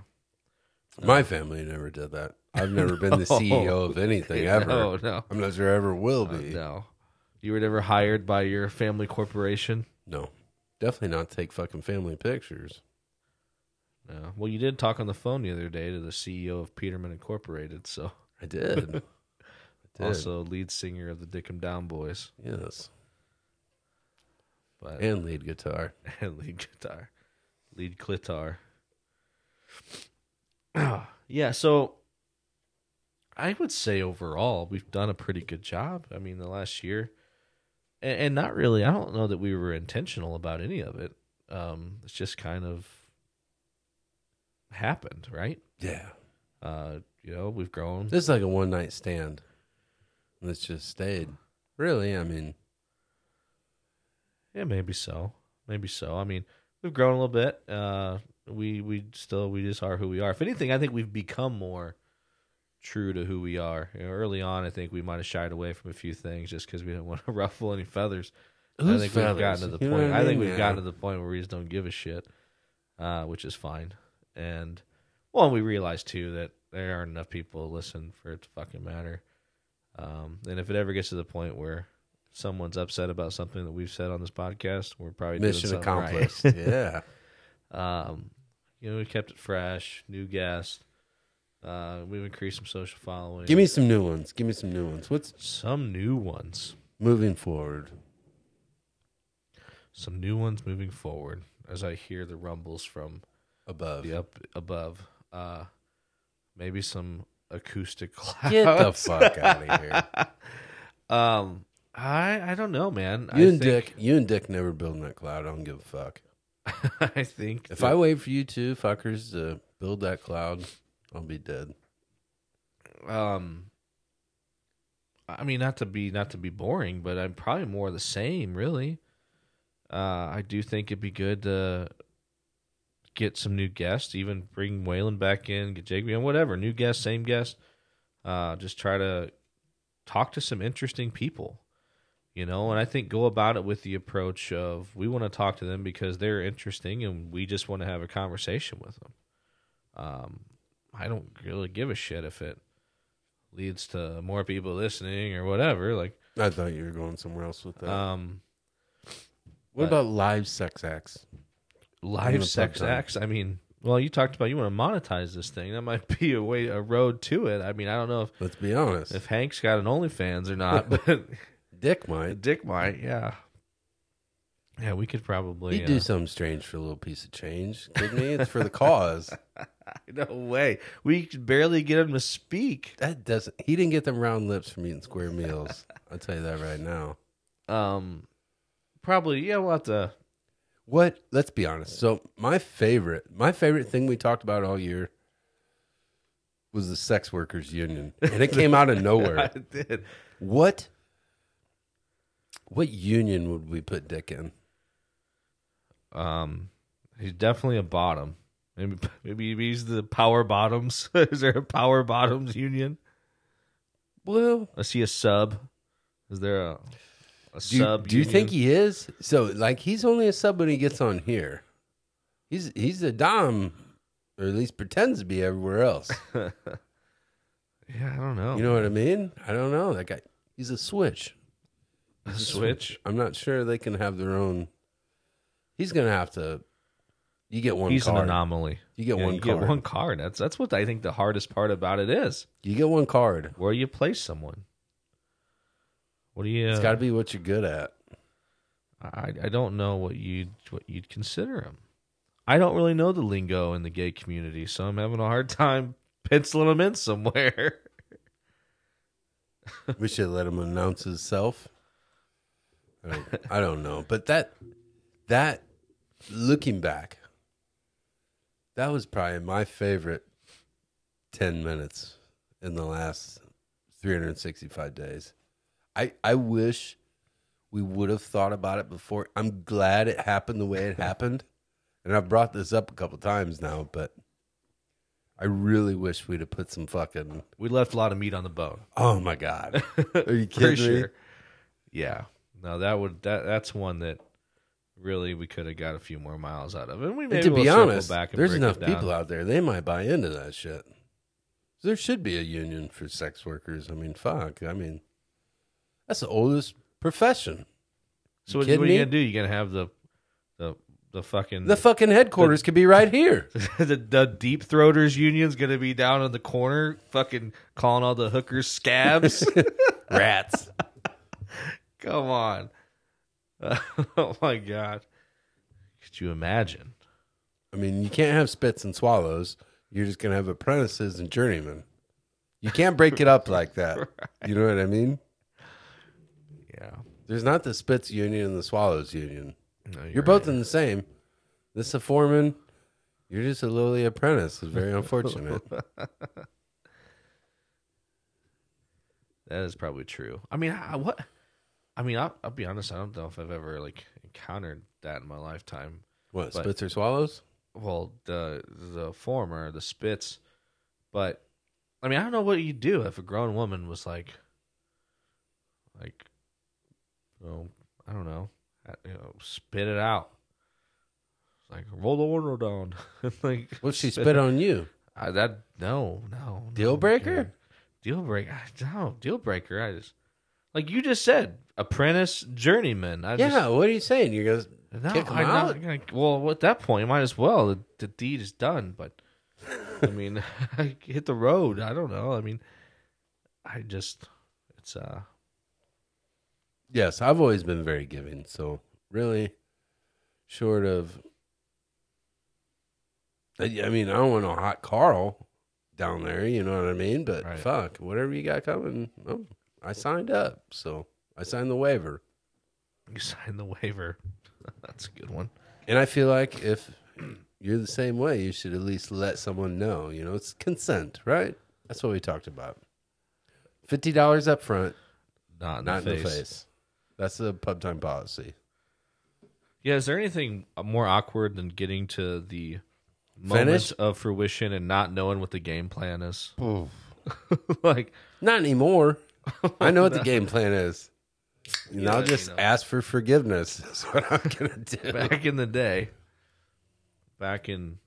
My family never did that. I've never been the No. CEO of anything ever. no Oh, no I'm not sure I ever will Uh, be. no. You were never hired by your family corporation? No, definitely not take fucking family pictures. No. Well, you did talk on the phone the other day to the CEO of Peterman Incorporated, so I did. I did. also lead singer of the Dick 'em Down Boys, yes, but and lead guitar. and lead guitar, lead clitar. yeah, so I would say overall we've done a pretty good job. I mean, the last year, and, and not really. I don't know that we were intentional about any of it. Um, it's just kind of happened, right? Yeah, Uh, you know, we've grown. this is like a one night stand. That's just stayed. Really, I mean, Yeah, maybe so. Maybe so. I mean, we've grown a little bit. Uh, we we still we just are who we are. If anything, I think we've become more true to who we are. You know, early on, I think we might have shied away from a few things just because we didn't want to ruffle any feathers. I Whose think feathers? we've gotten to the You know point. what I, mean? think we've Yeah. gotten to the point where we just don't give a shit, uh, which is fine. And well, and we realize too that there aren't enough people to listen for it to fucking matter. Um, and if it ever gets to the point where someone's upset about something that we've said on this podcast, we're probably mission doing something right. accomplished. yeah, Um, you know, we kept it fresh, new guest. Uh, we've increased some social following. give me some new ones. Give me some new ones. What's some new ones. moving forward? Some new ones moving forward. As I hear the rumbles from Above. the up above. Uh, maybe some acoustic clouds. Get the fuck out of here. um, I I don't know, man. You I and think, Dick, you and Dick never building that cloud. I don't give a fuck. I think If that- I wait for you two fuckers to build that cloud, I'll be dead. um I mean not to be not to be boring, but I'm probably more the same, really. Uh I do think it'd be good to get some new guests, even bring Waylon back in, get Jake on, whatever, new guest, same guest. Uh just try to talk to some interesting people. You know, and I think go about it with the approach of we want to talk to them because they're interesting and we just want to have a conversation with them. Um, I don't really give a shit if it leads to more people listening or whatever. Like, I thought you were going somewhere else with that. um, what about live sex acts? live the sex pub time. acts. I mean, well, you talked about you want to monetize this thing. That might be a way, a road to it. I mean, I don't know if, Let's be honest. if Hank's got an OnlyFans or not, but Dick might. Dick might. Yeah, yeah, we could probably. He'd do uh, something strange for a little piece of change. Couldn't he? It's for the cause. no way. We could barely get him to speak. That doesn't. He didn't get them round lips from eating square meals. I'll tell you that right now. Um, probably. Yeah, we'll have to. What? Let's be honest. So my favorite, my favorite thing we talked about all year was the sex workers union, and it came out of nowhere. I did. What? What union would we put Dick in? Um, he's definitely a bottom. Maybe maybe he's the power bottoms. Is there a power bottoms union? Well, I see a sub. Is there a a do you, sub? do you think union? he is? So, like, he's only a sub when he gets on here. He's he's a dom, or at least pretends to be everywhere else. Yeah, I don't know. You know what I mean? I don't know that guy. He's a switch. a switch. I'm not sure they can have their own. He's gonna have to. You get one. He's an card. anomaly. You get Yeah, one you card. get one card. That's that's what I think the hardest part about it is You get one card. where you place someone. What do you? It's got to be what you're good at. I I don't know what you what you'd consider him. I don't really know the lingo in the gay community, so I'm having a hard time penciling him in somewhere. we should let him announce himself. I don't, I don't know, but that that looking back, that was probably my favorite ten minutes in the last three hundred and sixty-five days. I I wish we would have thought about it before. I'm glad it happened the way it happened, and I've brought this up a couple times now, but I really wish we'd have put some fucking. We left a lot of meat on the bone. Oh my god. Are you For kidding me? sure. Yeah. No, that would that that's one that really we could have got a few more miles out of. And we And maybe to we'll be circle honest, back and there's break enough it down. people out there they might buy into that shit. There should be a union for sex workers. I mean, fuck. I mean, that's the oldest profession. So what, kidding what are you me? gonna do? You gonna have the the the fucking The fucking headquarters could be right here. the, the deep throaters union's gonna be down in the corner, fucking calling all the hookers scabs. Rats. Come on. oh my god. Could you imagine? I mean, you can't have spits and swallows. You're just gonna have apprentices and journeymen. You can't break it up like that. You know what I mean? Yeah. There's not the spits union and the swallows union. No, You're both in the same. This is a foreman. You're just a lowly apprentice. It's very unfortunate. That is probably true. I mean, I, what? I mean, I'll, I'll be honest. I don't know if I've ever like encountered that in my lifetime. What But- spits or swallows? Well, the the former, the spits, but I mean, I don't know what you do if a grown woman was like, like, oh, I don't know, I- you know, spit it out. It's Like roll the window down. like, Well, she spit on you. I, that no, no Deal no, breaker? dude. Deal breaker. No deal breaker. I just like you just said, apprentice journeyman. I yeah, just, what are you saying? You're gonna no, kick 'em I'm out? not gonna. Well, at that point, might as well. The, the deed is done. But I mean, I hit the road. I don't know. I mean, I just it's uh Yes, I've always been very giving, so really short of I I mean, I don't want no hot Carl down there, you know what I mean? But Right. fuck, whatever you got coming, oh, I signed up, so I signed the waiver. you signed the waiver. That's a good one. And I feel like if you're the same way, you should at least let someone know. You know, it's consent, right? That's what we talked about. Fifty dollars up front, Not in, not the, face. in the face. That's the pub time policy. Yeah. Is there anything uh, more awkward than getting to the moment Finish? of fruition and not knowing what the game plan is? like Not anymore. I know what the game plan is. And I'll Yeah, just you know. ask for forgiveness. That's what I'm gonna do. back in the day, back in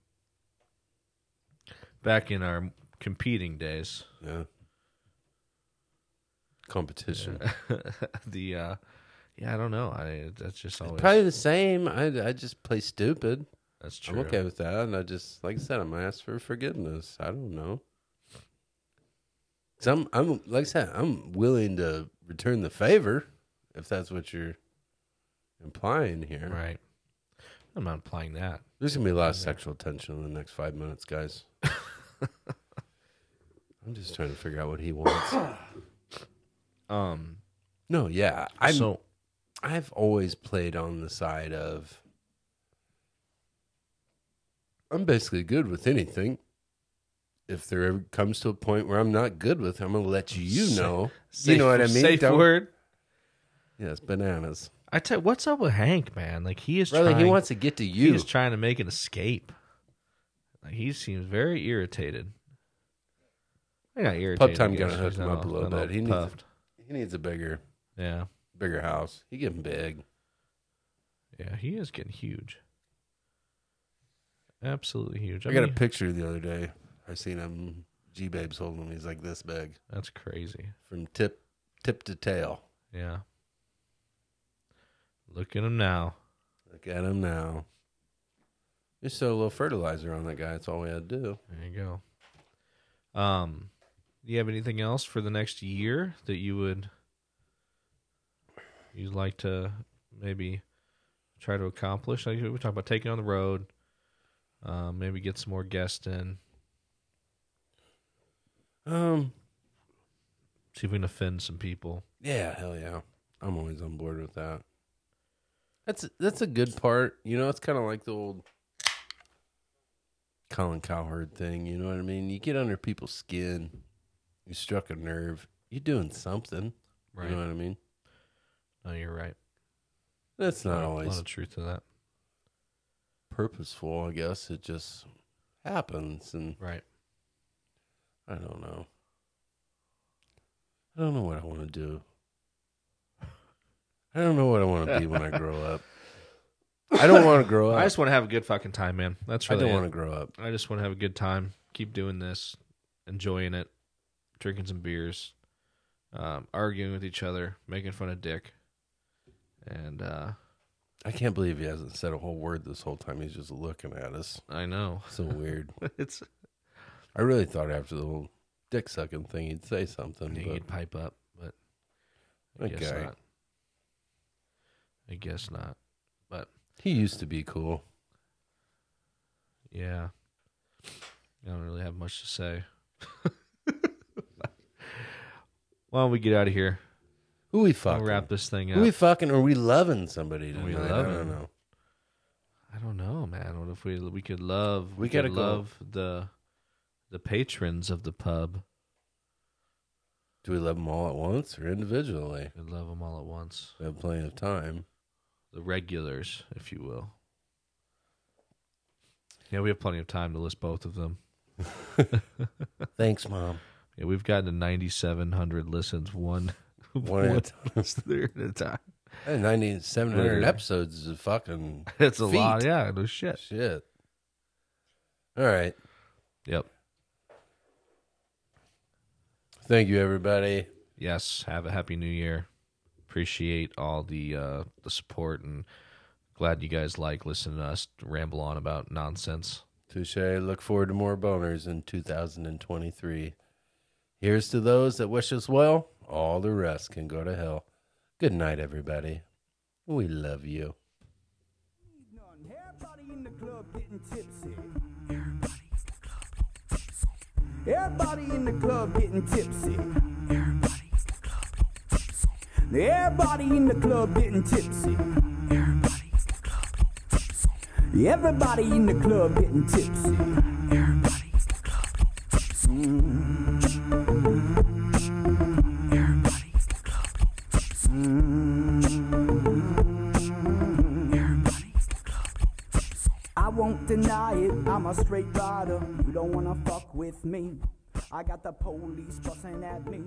back in our competing days, Yeah. Competition. the uh yeah, I don't know. I that's just always Probably the same. I I just play stupid. that's true. I'm okay with that. And I just, like I said, I'm gonna ask for forgiveness. I don't know. Cause I'm, I'm, like I said, I'm willing to return the favor if that's what you're implying here. Right. I'm not implying that. There's gonna be a lot of sexual tension in the next five minutes, guys. I'm just trying to figure out what he wants. Um No, yeah, I'm. so I've always played on the side of I'm basically good with anything. if there ever comes to a point where I'm not good with, it, I'm gonna let you Sa- know. Safe- you know what I mean? Safe Don't- word. Yes, bananas. I tell what's up with Hank, man? Like he is Brother, trying. he wants to get to you. He's trying to make an escape. Like he seems very irritated. I got irritated. time yesterday. gotta hook him Not up a all- little not all bit. He needs- puffed. he needs a bigger, Yeah, bigger house. He getting big. yeah, he is getting huge. Absolutely huge. I got a picture the other day. I seen him. G Babe's holding him. He's like this big That's crazy. from tip tip to tail. Yeah. Look at him now. Look at him now. Just throw a little fertilizer on that guy. That's all we had to do. There you go. Um, do you have anything else for the next year that you would you'd like to maybe try to accomplish? Like we talked about taking on the road, um, maybe get some more guests in, Um. see if we can offend some people. Yeah. Hell yeah. I'm always on board with that. That's that's a good part. You know, it's kind of like the old Colin Cowherd thing. You know what I mean? You get under people's skin. You struck a nerve. You're doing something. You know what I mean? No, Oh, you're right. That's not a lot always of truth to that. purposeful. I guess it just happens, and Right. I don't know. I don't know what I want to do. I don't know what I want to be when I grow up. I don't want to grow up. I just want to have a good fucking time, man. That's I really don't it. want to grow up. I just want to have a good time, keep doing this, enjoying it, drinking some beers, um, arguing with each other, making fun of Dick, and uh, I can't believe he hasn't said a whole word this whole time. He's just looking at us. I know So weird. it's I really thought after the whole dick sucking thing, he'd say something. you But could pipe up, but I that guess guy- not. I guess not. But he used to be cool. yeah, I don't really have much to say. Why don't we get out of here? Who we I'll fucking? wrap this thing Who we up. fucking? Are we loving somebody Are tonight? we I don't loving? know. I don't know, man. What if we we could love we, We could gotta go- love the the patrons of the pub. Do we love them all at once or individually? We could love them all at once. We have plenty of time. The regulars, if you will. Yeah, we have plenty of time to list both of them. Thanks, mom. Yeah, we've gotten to ninety seven hundred listens one One at a time. list there at a time. Hey, 90 700 Literally. episodes is fucking That's a lot. Feet. Yeah, no shit. shit. All right. Yep. Thank you, everybody. yes, have a happy new year. Appreciate all the uh, the support and glad you guys like listening to us ramble on about nonsense. Touche. Look forward to more boners in 2023. Here's to those that wish us well. All the rest can go to hell. Good night, everybody. We love you. None. Everybody in the club getting tipsy. Everybody in the club getting tipsy. Everybody in the club getting tipsy. Everybody in the club getting tipsy. I won't deny it, I'm a straight rider. You don't wanna fuck with me. I got the police busting at me,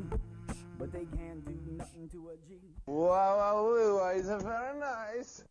but they can't do nothing to a G. Wow, wow, wow, it's very nice.